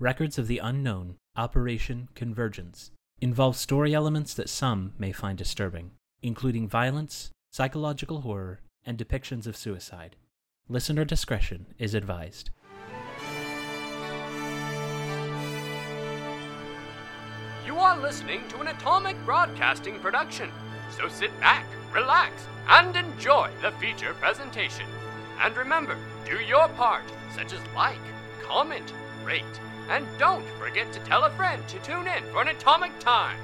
Records of the Unknown Operation Convergence involve story elements that some may find disturbing, including violence, psychological horror, and depictions of suicide. Listener discretion is advised. You are listening to an Atomic Broadcasting production, so sit back, relax, and enjoy the feature presentation. And remember, do your part, such as like, comment, rate, and don't forget to tell a friend to tune in for an Atomic Time.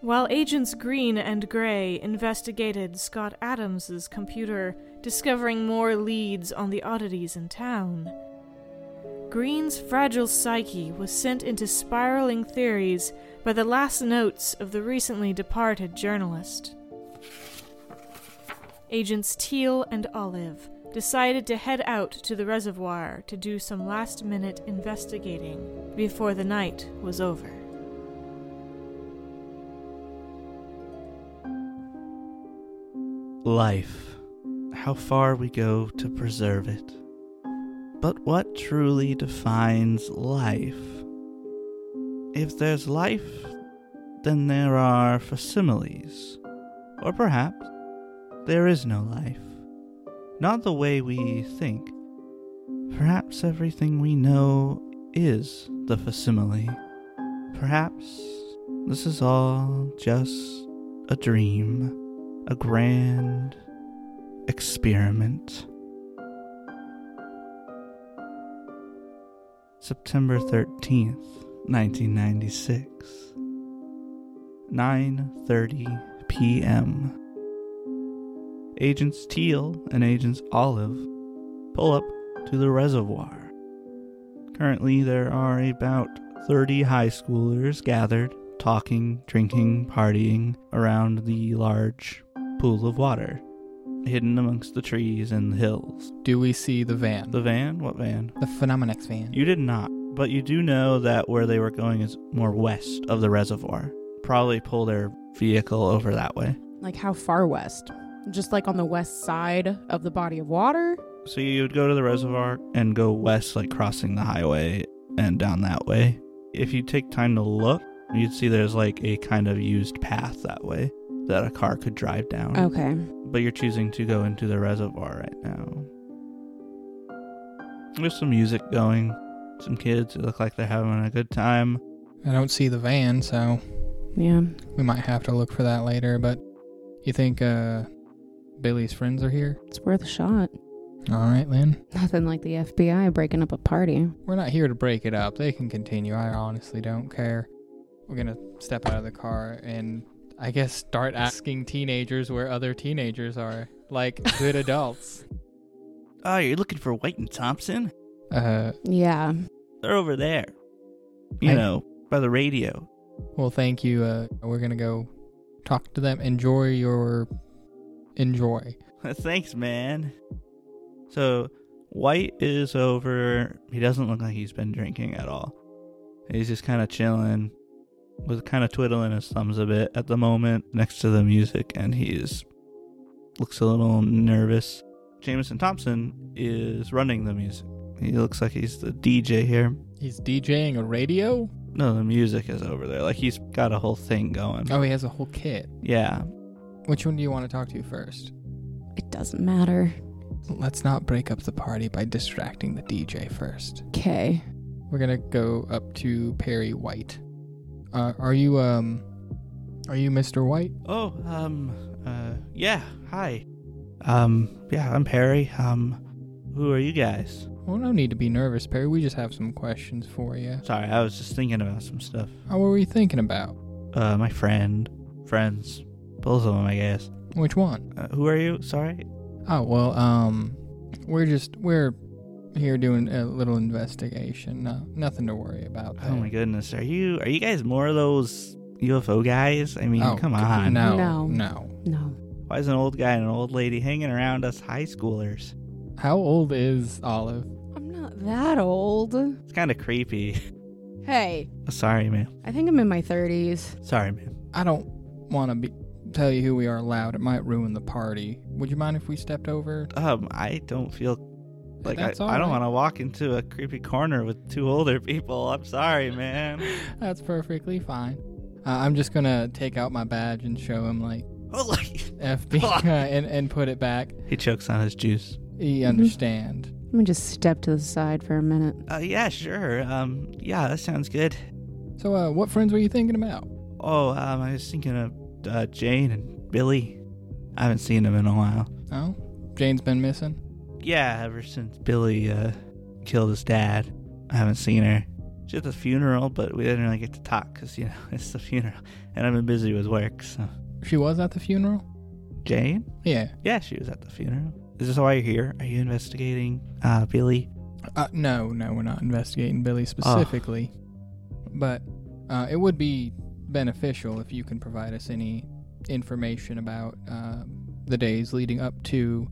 While agents Green and Gray investigated Scott Adams's computer, discovering more leads on the oddities in town, Green's fragile psyche was sent into spiraling theories by the last notes of the recently departed journalist. Agents Teal and Olive decided to head out to the reservoir to do some last minute investigating before the night was over. life, how far we go to preserve it. But what truly defines life? If there's life, then there are facsimiles. Or perhaps there is no life. Not the way we think. Perhaps everything we know is the facsimile. Perhaps this is all just a dream a grand experiment. September 13th, 1996. 9:30 p.m. Agents Teal and Agents Olive pull up to the reservoir. Currently there are about 30 high schoolers gathered talking, drinking, partying around the large pool of water, hidden amongst the trees and the hills. Do we see the van? The van? What van? The Phenomenex van. You did not, but you do know that where they were going is more west of the reservoir. Probably pull their vehicle over that way. Like how far west? Just like on the west side of the body of water? So you would go to the reservoir and go west, like crossing the highway and down that way. If you take time to look, you'd see there's like a kind of used path that way that a car could drive down. Okay. But you're choosing to go into the reservoir right now. There's some music going. Some kids who look like they're having a good time. I don't see the van, so Yeah. we might have to look for that later, but you think uh Billy's friends are here? It's worth a shot. All right, then. Nothing like the FBI breaking up a party. We're not here to break it up. They can continue. I honestly don't care. We're going to step out of the car and I guess start asking teenagers where other teenagers are, like good adults. Oh, you're looking for White and Thompson? Uh, Yeah. They're over there. You I- know, by the radio. well, thank you. Uh, we're going to go talk to them. Enjoy your enjoy. Thanks, man. So, White is over. He doesn't look like he's been drinking at all. He's just kind of chilling, with kind of twiddling his thumbs a bit at the moment next to the music, and he's looks a little nervous. Jameson Thompson is running the music. He looks like he's the DJ here. He's DJing a radio? No, the music is over there. Like he's got a whole thing going. Oh, he has a whole kit. Yeah. Which one do you want to talk to first? It doesn't matter. Let's not break up the party by distracting the DJ first. Okay. We're gonna go up to Perry White. Uh, are you um, are you Mr. White? Oh, um, uh, yeah, hi. Um, yeah, I'm Perry. Um, who are you guys? Well, no need to be nervous, Perry. We just have some questions for you. Sorry, I was just thinking about some stuff. How were you thinking about? Uh, my friend, friends, both of them, I guess. Which one? Uh, who are you? Sorry. Oh well, um, we're just we're here doing a little investigation. No, nothing to worry about. Oh my goodness, are you are you guys more of those UFO guys? I mean, Oh, come on. No, No. no, no. No. Why is an old guy and an old lady hanging around us high schoolers? How old is Olive? I'm not that old. It's kind of creepy. Hey, Sorry, man. I think I'm in my 30s. Sorry, man. I don't want to be tell you who we are loud. It might ruin the party. Would you mind if we stepped over? Um, I don't feel like I, That's all I don't right. want to walk into a creepy corner with two older people. I'm sorry, man. That's perfectly fine. Uh, I'm just gonna take out my badge and show him like Oh, FB uh, and and put it back. he chokes on his juice. He understand. Let me just step to the side for a minute. Uh, yeah, sure. Um, yeah, that sounds good. So, uh, what friends were you thinking about? Oh, um, I was thinking of uh, Jane and Billy. I haven't seen them in a while. Oh, Jane's been missing. Yeah, ever since Billy uh, killed his dad, I haven't seen her. She had the funeral, but we didn't really get to talk because you know it's the funeral, and I've been busy with work. So She was at the funeral. Jane, Yeah. yeah, she was at the funeral. Is this why you're here? Are you investigating uh, Billy? Uh, no, no, we're not investigating Billy specifically, but uh, it would be beneficial if you can provide us any information about uh, the days leading up to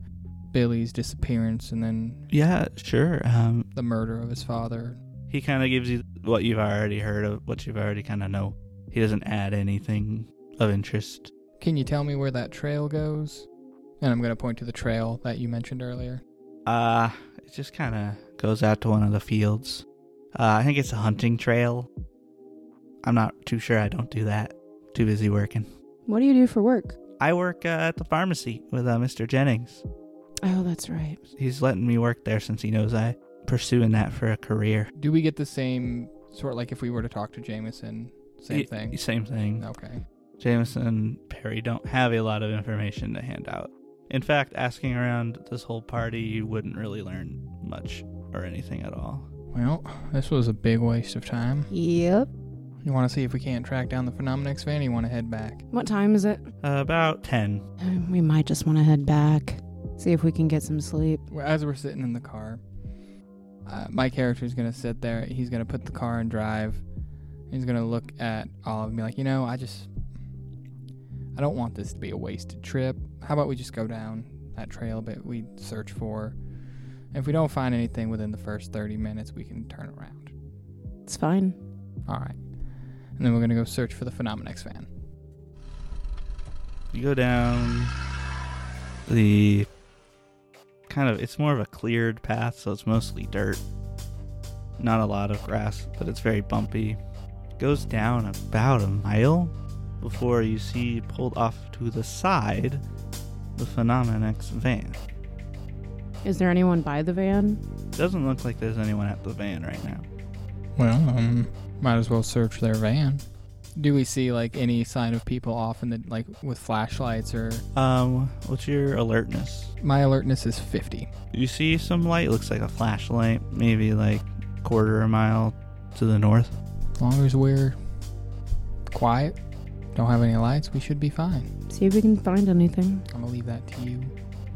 Billy's disappearance and then Yeah, sure. Um, the murder of his father. he kind of gives you what you've already heard of, what you've already kind of know. He doesn't add anything of interest. Can you tell me where that trail goes? And I'm going to point to the trail that you mentioned earlier. Uh, it just kind of goes out to one of the fields. Uh, I think it's a hunting trail. I'm not too sure. I don't do that. Too busy working. What do you do for work? I work uh, at the pharmacy with uh, Mr. Jennings. Oh, that's right. He's letting me work there since he knows I pursuing that for a career. Do we get the same sort like if we were to talk to Jameson? Same Y- thing. Same thing. Okay. Jameson and Perry don't have a lot of information to hand out. In fact, asking around this whole party, you wouldn't really learn much or anything at all. Well, this was a big waste of time. Yep. You want to see if we can't track down the Phenomenex van? or You want to head back? What time is it? about 10. Uh, We might just want to head back, see if we can get some sleep. Well, As we're sitting in the car, uh, my character's gonna sit there. He's gonna put the car in drive. He's gonna look at Olive and be like, you know, I just, I don't want this to be a wasted trip. How about we just go down that trail that we search for? And if we don't find anything within the first 30 minutes, we can turn around. It's fine. All right. And then we're gonna go search for the Phenomenex van. You go down the kind of it's more of a cleared path, so it's mostly dirt. Not a lot of grass, but it's very bumpy. Goes down about a mile before you see pulled off to the side the Phenomenex van. Is there anyone by the van? Doesn't look like there's anyone at the van right now. Well, um, might as well search their van. Do we see like any sign of people off in the like with flashlights or? Um, what's your alertness? My alertness is 50. You see some light, looks like a flashlight, maybe like quarter a mile to the north. As long as we're quiet, don't have any lights, we should be fine. See if we can find anything. I'm gonna leave that to you.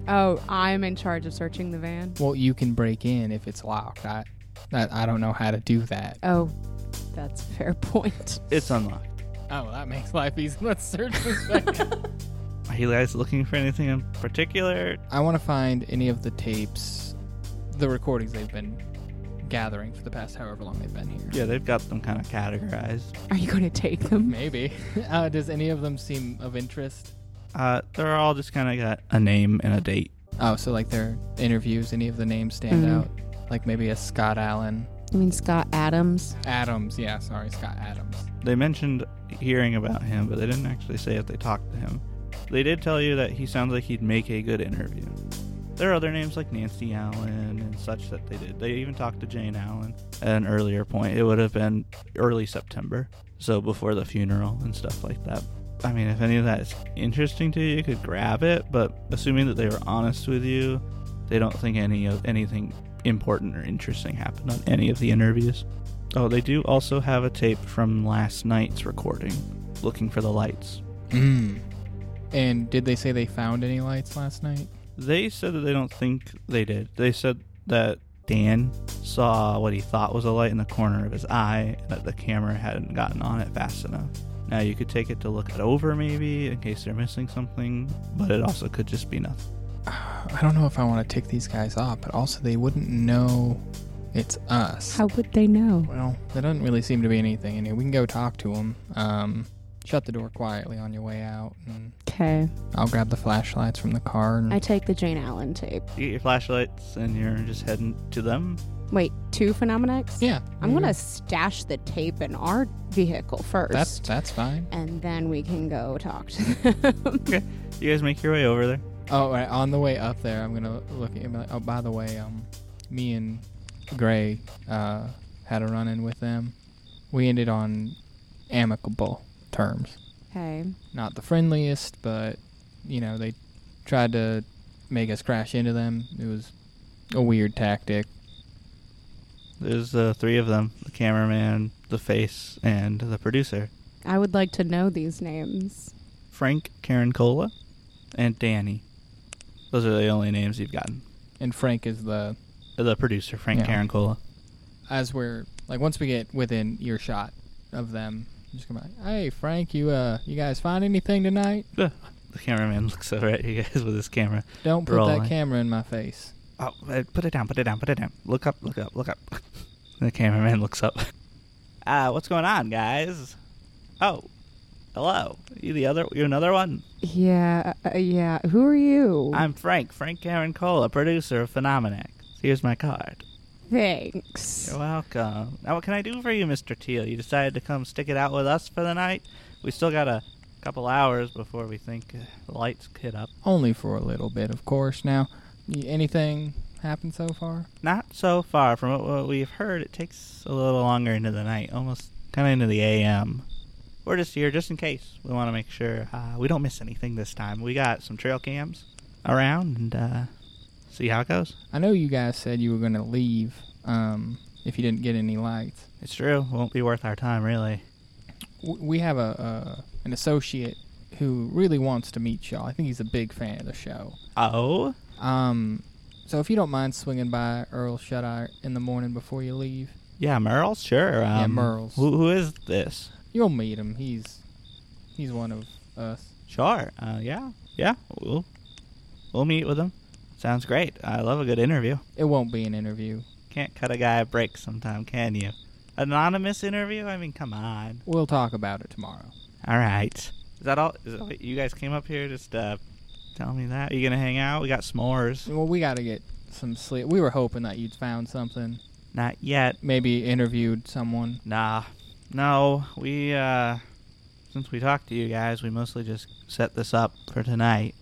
Oh, I'm in charge of searching the van. Well, you can break in if it's locked. I, I, I don't know how to do that. Oh, that's a fair point. It's unlocked. Oh, that makes life easy. Let's search this van. Are you guys looking for anything in particular? I want to find any of the tapes, the recordings they've been gathering for the past however long they've been here. Yeah, they've got them kind of categorized. Are you going to take them? Maybe. Uh, does any of them seem of interest? Uh, they're all just kind of got a name and a date. Oh, so like their interviews, any of the names stand Mhm. out? Like maybe a Scott Allen. I mean, Scott Adams. Adams, yeah, sorry, Scott Adams. They mentioned hearing about him, but they didn't actually say if they talked to him. They did tell you that he sounds like he'd make a good interview. There are other names like Nancy Allen and such that they did. They even talked to Jane Allen at an earlier point. It would have been early September, so before the funeral and stuff like that. I mean, if any of that is interesting to you, you could grab it, but assuming that they were honest with you, they don't think any of anything important or interesting happened on any of the interviews. Oh, they do also have a tape from last night's recording, looking for the lights. Mm. And did they say they found any lights last night? They said that they don't think they did. They said that Dan saw what he thought was a light in the corner of his eye, and that the camera hadn't gotten on it fast enough. Now, you could take it to look it over, maybe, in case they're missing something, but it also could just be nothing. I don't know if I want to tick these guys off, but also they wouldn't know it's us. How would they know? Well, there doesn't really seem to be anything in here. We can go talk to them. Um, Shut the door quietly on your way out, and Okay. I'll grab the flashlights from the car. And I take the Jane Allen tape. You get your flashlights and you're just heading to them. Wait, two Phenomenex? yeah, I'm going to stash the tape in our vehicle first. That's that's fine. and then we can go talk to them. You guys make your way over there. Oh, right, on the way up there, I'm gonna look at him. Like, oh, by the way, um, me and Gray uh, had a run-in with them. We ended on amicable terms. okay. Not the friendliest, but you know they tried to make us crash into them. It was a weird tactic. There's uh, three of them the cameraman, the face, and the producer I would like to know these names. Frank Carancola and Danny. Those are the only names you've gotten. And Frank is the The producer, Frank Yeah. Carancola. as we're like once we get within earshot of them, I'm just gonna be like, hey Frank, you uh, you guys find anything tonight? The cameraman looks over at you guys with his camera. Don't put Rolling. that camera in my face. Oh, uh, put it down, put it down, put it down. Look up, look up, look up. the cameraman looks up. Ah, what's going on, guys? Oh, hello. You the other? You another one? Yeah, uh, yeah. Who are you? I'm Frank, Frank Carancola, producer of Phenomenex. Here's my card. Thanks. You're welcome. Now, what can I do for you, Mr. Teal? You decided to come stick it out with us for the night? We still got a couple hours before we think uh, the lights hit up. Only for a little bit, of course. Now, y- anything happened so far? Not so far from what- what we've heard. It takes a little longer into the night, almost kind of into the AM. We're just here just in case. We want to make sure uh, we don't miss anything this time. We got some trail cams around and uh, see how it goes. I know you guys said you were gonna leave um, if you didn't get any lights. It's true. Won't be worth our time, really. W- We have a, a an associate who really wants to meet y'all. I think he's a big fan of the show. Oh? Um, so if you don't mind swinging by Earl Shut Eye in the morning before you leave, Yeah, Merle? Sure. Um, Yeah, Merle's. Who, who is this? You'll meet him. He's he's one of us. Sure. Uh, yeah. Yeah. We'll, we'll meet with him. Sounds great. I love a good interview. It won't be an interview. Can't cut a guy a break sometime, can you? Anonymous interview? I mean, come on. We'll talk about it tomorrow. All right. Is that all? Is that, what you guys came up here just uh, tell me that? you going to hang out? We got s'mores. Well, we got to get some sleep. We were hoping that you'd found something, Not yet. maybe interviewed someone. Nah. No. We, uh, since we talked to you guys, we mostly just set this up for tonight.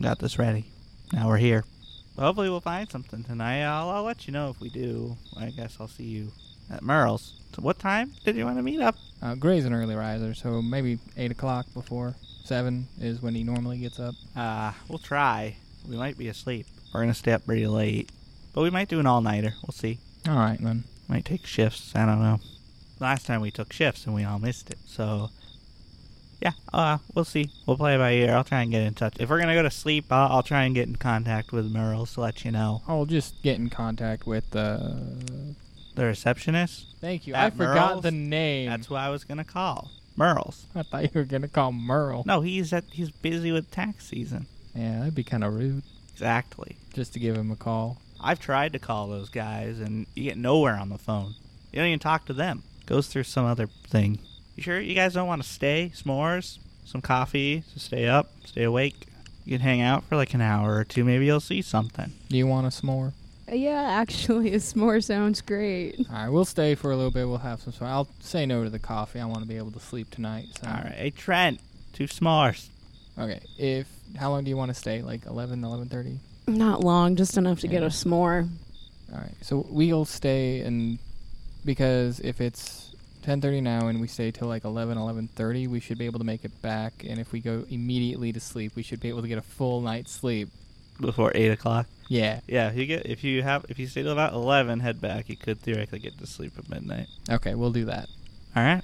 Got this ready. Now we're here. Hopefully we'll find something tonight. I'll, I'll let you know if we do. I guess I'll see you at Merle's. So what time did you want to meet up? Uh, Gray's an early riser, so maybe eight o'clock before seven is when he normally gets up. Uh, we'll try. We might be asleep. We're gonna stay up pretty late, but we might do an all-nighter. We'll see. All right then. Might take shifts. I don't know. Last time we took shifts and we all missed it. So, yeah. Uh, we'll see. We'll play it by ear. I'll try and get in touch. If we're gonna go to sleep, I'll, I'll try and get in contact with Merle's to let you know. I'll just get in contact with. Uh, The receptionist. thank you. At I forgot Merle's? the name. That's who I was gonna call. Merle's. I thought you were gonna call Merle. No, he's at. He's busy with tax season. Yeah, that'd be kind of rude Exactly. just to give him a call. I've tried to call those guys, and you get nowhere on the phone. You don't even talk to them. Goes through some other thing. You sure you guys don't want to stay? S'mores, some coffee to stay up, stay awake. You can hang out for like an hour or two. Maybe you'll see something. Do you want a s'more? Yeah, actually, a s'more sounds great. All right, we'll stay for a little bit. We'll have some. s'more. I'll say no to the coffee. I want to be able to sleep tonight. So. All right. Hey Trent, two s'mores. Okay. If how long do you want to stay? Like 11, 11.30? Not long, just enough to get Yeah. a s'more. All right. So we'll stay and because if it's 10:30 now and we stay till like 11, 11:30, we should be able to make it back. And if we go immediately to sleep, we should be able to get a full night's sleep. Before eight o'clock. Yeah. Yeah, you get if you have if you stay till about eleven, head back. You could theoretically get to sleep at midnight. Okay, we'll do that. All right.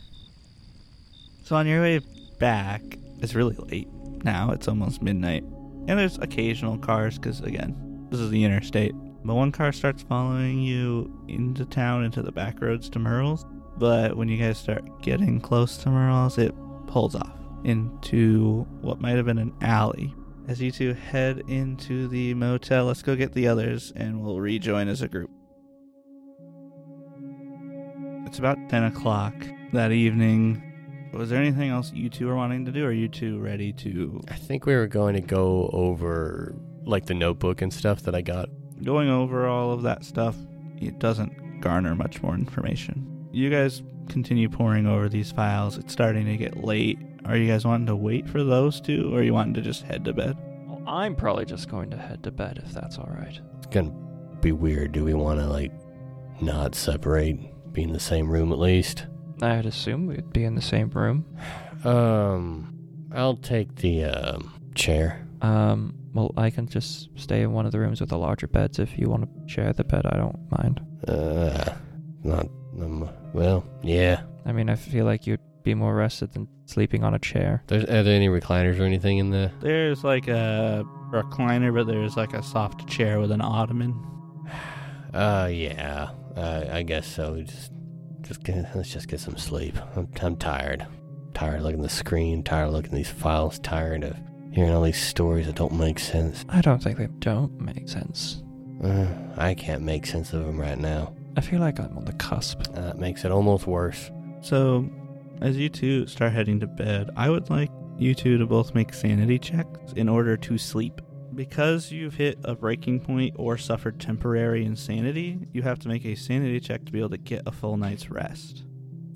So on your way back, it's really late now. It's almost midnight. And there's occasional cars because, again, this is the interstate. But one car starts following you into town, into the back roads to Merle's. But when you guys start getting close to Merle's, it pulls off into what might have been an alley. As you two head into the motel, let's go get the others and we'll rejoin as a group. It's about 10 o'clock that evening Was there anything else you two are wanting to do? Or are you two ready to I think we were going to go over like the notebook and stuff that I got. going over all of that stuff? It doesn't garner much more information. You guys continue pouring over these files. It's starting to get late. Are you guys wanting to wait for those two, or are you wanting to just head to bed? Well, I'm probably just going to head to bed if that's all right. It's gonna be weird. Do we want to like not separate, be in the same room at least? I'd assume we'd be in the same room. Um, I'll take the um chair. Um, well, I can just stay in one of the rooms with the larger beds if you want to share the bed. I don't mind. Uh, not um. Well, yeah. I mean, I feel like you'd be more rested than sleeping on a chair. There's are there any recliners or anything in the? There's like a recliner, but there's like a soft chair with an ottoman. Uh, yeah. Uh, I guess so. Just, just get, let's just get some sleep. I'm, I'm tired. Tired of looking at the screen. Tired of looking at these files. Tired of hearing all these stories that don't make sense. I don't think they don't make sense. Uh, I can't make sense of them right now. I feel like I'm on the cusp. Uh, that makes it almost worse. So, as you two start heading to bed, I would like you two to both make sanity checks in order to sleep. Because you've hit a breaking point or suffered temporary insanity, you have to make a sanity check to be able to get a full night's rest.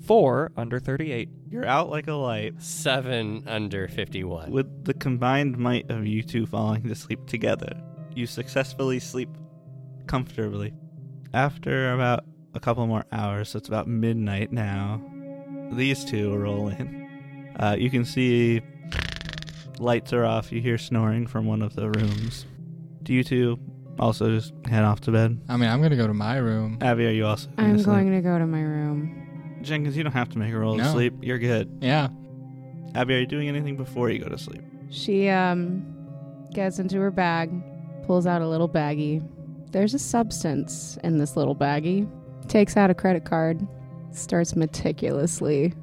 Four under 38. You're out like a light. Seven under fifty-one. With the combined might of you two falling to sleep together, you successfully sleep comfortably. After about a couple more hours, so it's about midnight now, these two roll in. Uh, you can see lights are off. You hear snoring from one of the rooms. Do you two also just head off to bed? I mean, I'm gonna go to my room. Abby, are you also? gonna I'm sleep? going to go to my room. Jenkins, you don't have to make a roll to No. sleep. You're good. Yeah. Abby, are you doing anything before you go to sleep? She um gets into her bag, pulls out a little baggie. There's a substance in this little baggie. Takes out a credit card, starts meticulously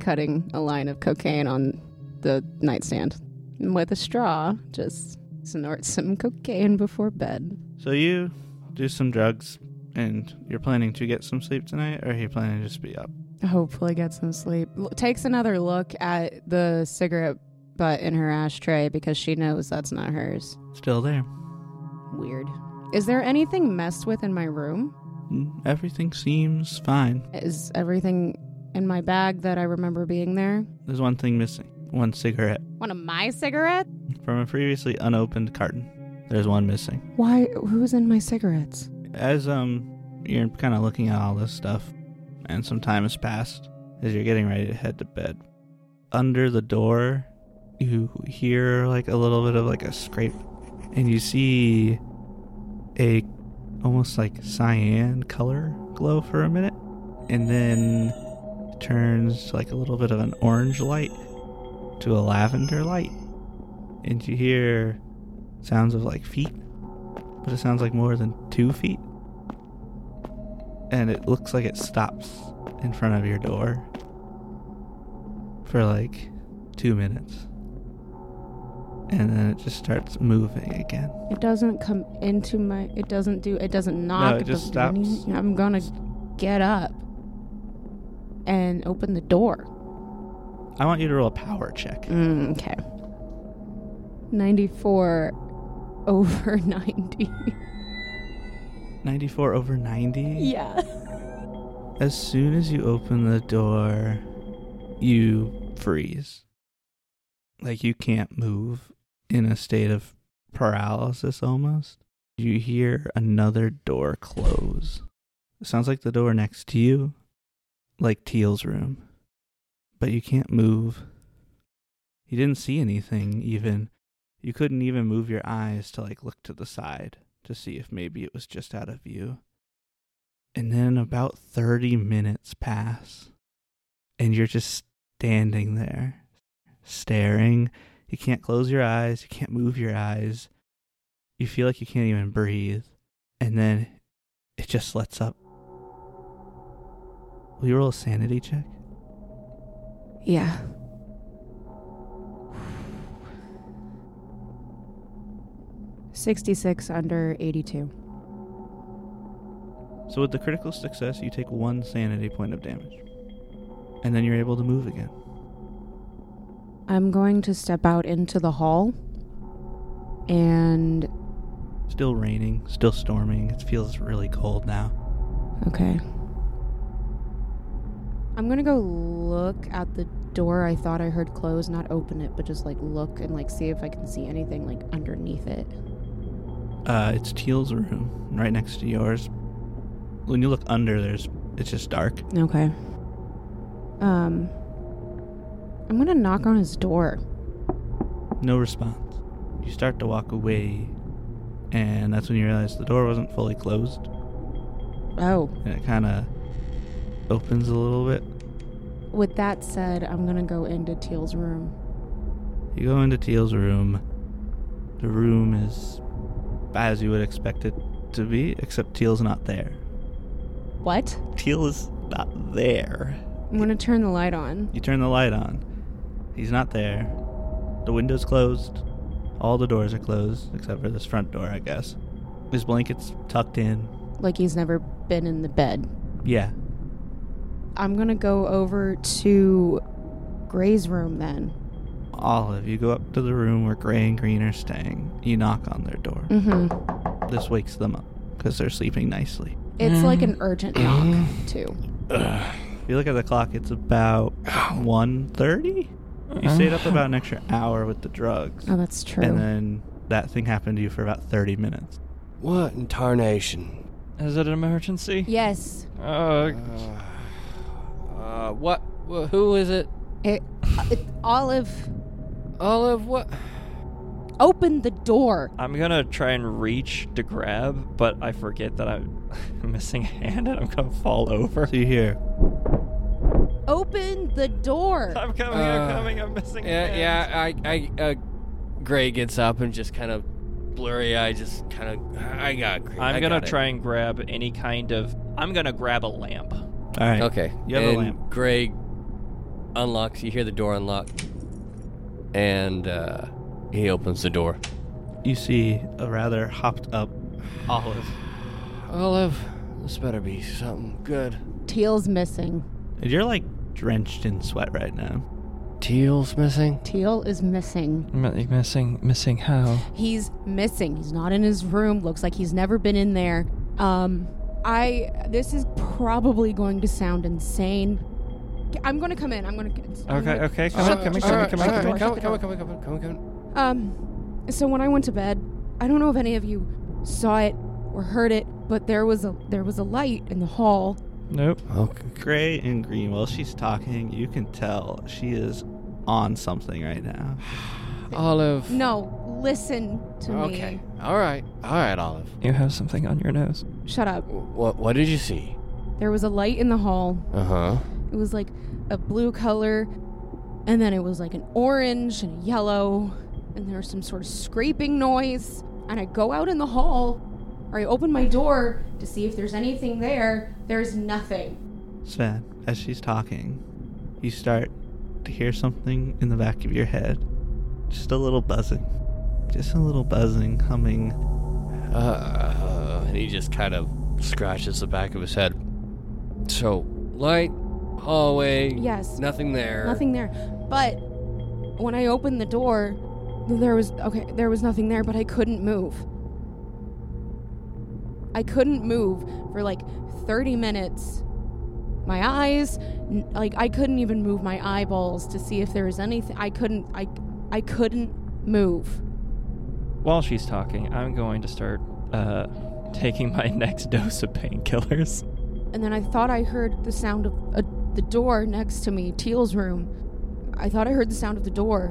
cutting a line of cocaine on the nightstand. And with a straw, just snorts some cocaine before bed. So you do some drugs, and you're planning to get some sleep tonight, or are you planning to just be up? Hopefully, get some sleep. L- takes another look at the cigarette butt in her ashtray because she knows that's not hers. Still there. Weird. Is there anything messed with in my room? Mm, Everything seems fine. Is everything in my bag that I remember being there? There's one thing missing. One cigarette One of my cigarettes? from a previously unopened carton. There's one missing. Why? Who's in my cigarettes? As um, you're kind of looking at all this stuff, and some time has passed as you're getting ready to head to bed. Under the door, you hear like a little bit of like a scrape, and you see a almost like cyan color glow for a minute, and then turns like a little bit of an orange light to a lavender light, and you hear sounds of like feet, but it sounds like more than two feet, and it looks like it stops in front of your door for like two minutes. And then it just starts moving again. It doesn't come into my. It doesn't do. It doesn't knock. it just doesn't do any- stops. I'm gonna get up and open the door. I want you to roll a power check. Mm, okay. 94 over 90. 94 over 90. yeah. As soon as you open the door, you freeze. Like you can't move in a state of paralysis almost. You hear another door close. It sounds like the door next to you, like Teal's room. But you can't move. You didn't see anything even. You couldn't even move your eyes to like look to the side to see if maybe it was just out of view. And then about 30 minutes pass, and you're just standing there, staring. You can't close your eyes, you can't move your eyes. You feel like you can't even breathe. And then it just lets up. Will you roll a sanity check? Yeah. Sixty-six under eighty-two. So, with the critical success, you take one sanity point of damage. And then you're able to move again. I'm going to step out into the hall and Still raining, still storming. It feels really cold now. Okay. I'm gonna go look at the door I thought I heard close, not open it, but just like look and like see if I can see anything like underneath it. Uh, it's Teal's room, right next to yours. When you look under, there's it's just dark. Okay. Um I'm gonna knock on his door. No response. You start to walk away, and that's when you realize the door wasn't fully closed, Oh. and it kind of opens a little bit. With that said, I'm gonna go into Teal's room. You go into Teal's room. The room is as you would expect it to be, except Teal's not there. What? Teal is not there. I'm gonna turn the light on. You turn the light on. He's not there. The window's closed. All the doors are closed, except for this front door, I guess. His blanket's tucked in. Like he's never been in the bed. Yeah. I'm gonna go over to Gray's room then. Olive, you go up to the room where Gray and Green are staying. You knock on their door. Mm-hmm. This wakes them up because they're sleeping nicely. It's like an urgent knock too. If you look at the clock, it's about 1.30? You stayed up about an extra hour with the drugs. Oh, that's true. And uh, then that thing happened to you for about 30 minutes. What in tarnation? Is it an emergency? yes, Uh, Uh, what? wh- Who is it? it, uh, it, Olive Olive? What? opened the door. I'm gonna try and reach to grab, but I forget that I'm missing a hand and I'm gonna fall over. So you hear, Open the door. I'm coming, Uh, I'm coming, I'm missing a Yeah, hand. yeah. I, I, uh, Gray gets up and just kind of blurry. I just kind of, I got. Gray. I'm I gonna got it. try and grab any kind of. I'm gonna grab a lamp. all right. Okay. You have a and lamp. Gray unlocks. You hear the door unlock, and uh, he opens the door. You see a rather hopped up Olive. Olive, this better be something good. Teal's missing. And You're like drenched in sweat right now. Teal's missing. Teal is missing. Missing, missing how? He's missing. He's not in his room. Looks like he's never been in there. Um, I. This is probably going to sound insane. I'm gonna come in. I'm gonna. I'm Okay, gonna- okay, come Shut on, the- come on, shut come the door, on, come on, come on. shut the door. on, come on, come on, come on. Um, so when I went to bed, I don't know if any of you saw it or heard it, but there was a there was a light in the hall. Nope. Okay. Gray and green, while she's talking, you can tell she is on something right now. Olive. No, listen to Okay. me. All right. All right, Olive. You have something on your nose. Shut up. What? What did you see? There was a light in the hall. Uh huh. It was like a blue color, and then it was like an orange and a yellow, and there was some sort of scraping noise. And I go out in the hall, or I open my door to see if there's anything there. There's nothing. Sven, as she's talking, you start to hear something in the back of your head. Just a little buzzing. Just a little buzzing, humming. Uh, and he just kind of scratches the back of his head. So light hallway. Yes. Nothing there. Nothing there. But when I opened the door, there was okay, there was nothing there, but I couldn't move. I couldn't move for like 30 minutes. My eyes, n- like I couldn't even move my eyeballs to see if there was anything. I couldn't I I couldn't move. While she's talking, I'm going to start uh, taking my next dose of painkillers. And then I thought I heard the sound of a, the door next to me, Teal's room. I thought I heard the sound of the door.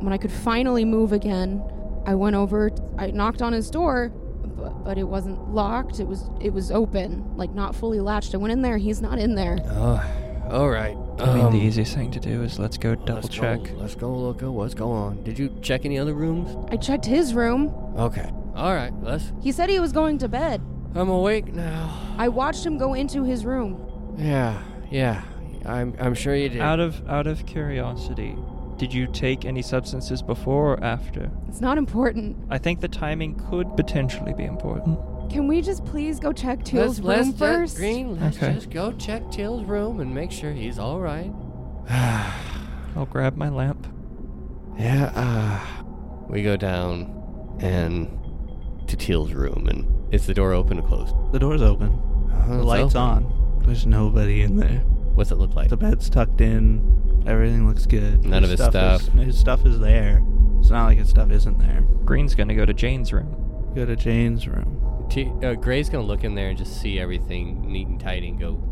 When I could finally move again, I went over. I knocked on his door, but, but it wasn't locked. It was it was open, like not fully latched. I went in there. He's not in there. Oh, all right. I mean, Um, the easiest thing to do is let's go double let's go- check. let's go look at what's going on. Did you check any other rooms? I checked his room. Okay. All right. Let's. He said he was going to bed. I'm awake now. I watched him go into his room. Yeah. Yeah. I'm. I'm sure you did. Out of out of curiosity, did you take any substances before or after? It's not important. I think the timing could potentially be important. Can we just please go check let's, Teal's let's room ju- first? Green. Let's Okay. just go check Till's room and make sure he's all right. I'll grab my lamp. Yeah, uh, we go down and to Teal's room, and is the door open or closed? The door's open. Uh, The it's light's open. on. There's nobody in there. What's it look like? The bed's tucked in. Everything looks good. None of his stuff. Is, his stuff is there. It's not like his stuff isn't there. Green's gonna go to Jane's room. Go to Jane's room. T- uh, Gray's gonna look in there and just see everything neat and tidy and go.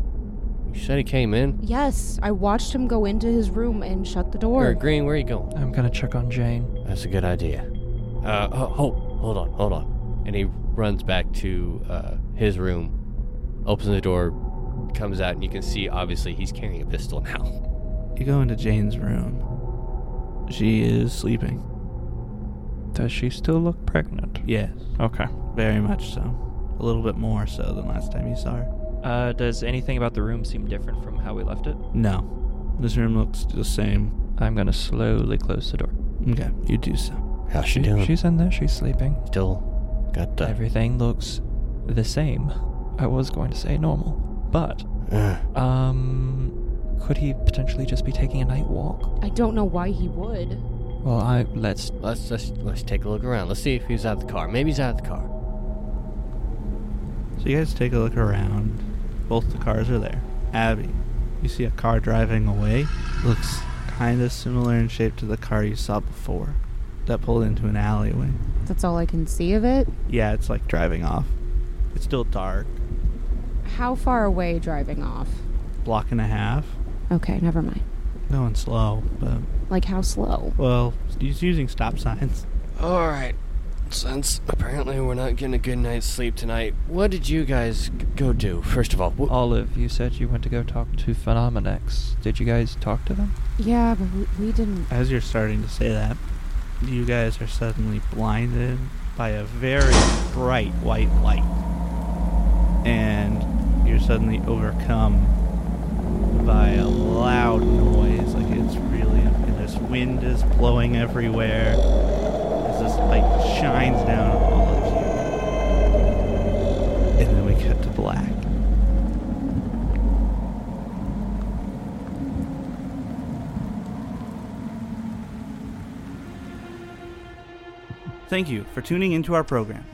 You said he came in. Yes, I watched him go into his room and shut the door. Or Green, where are you going? I'm gonna check on Jane. That's a good idea. Uh, oh, ho- hold on, hold on. And he runs back to uh, his room, opens the door, comes out, and you can see obviously he's carrying a pistol now. You go into Jane's room. She is sleeping. Does she still look pregnant? Yes, Okay. very much so. A little bit more so than last time you saw her. Uh, does anything about the room seem different from how we left it? No. This room looks the same. I'm gonna slowly close the door. Okay, you do so. How's she, doing? She's in there. She's sleeping. still got the. Everything looks the same. I was going to say normal, but Uh, um, could he potentially just be taking a night walk? I don't know why he would. Well, I let's. let's let's let's take a look around. Let's see if he's out of the car. Maybe he's out of the car. So you guys take a look around. Both the cars are there. Abby, you see a car driving away. Looks kind of similar in shape to the car you saw before that pulled into an alleyway. That's all I can see of it. Yeah, it's like driving off. It's still dark. How far away driving off? Block and a half. Okay, never mind. Going slow, but Like how slow? well, he's using stop signs. All right. Since apparently we're not getting a good night's sleep tonight, what did you guys g- go do? First of all, wh- Olive, you said you went to go talk to Phenomenex. Did you guys talk to them? Yeah, but we, we didn't. As you're starting to say that, you guys are suddenly blinded by a very bright white light. And you're suddenly overcome by a loud noise. Like it's really, and this wind is blowing everywhere as this light shines down on all of you. And then we cut to black. Thank you for tuning into our program.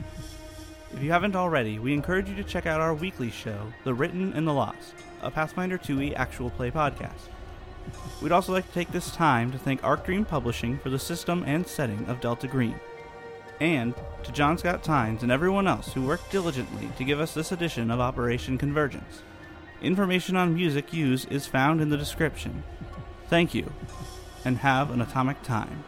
If you haven't already, we encourage you to check out our weekly show, The Written and the Lost, a Pathfinder 2e actual play podcast. We'd also like to take this time to thank Arc Dream Publishing for the system and setting of Delta Green, and to John Scott Tynes and everyone else who worked diligently to give us this edition of Operation Convergence. Information on music used is found in the description. Thank you, and have an atomic time.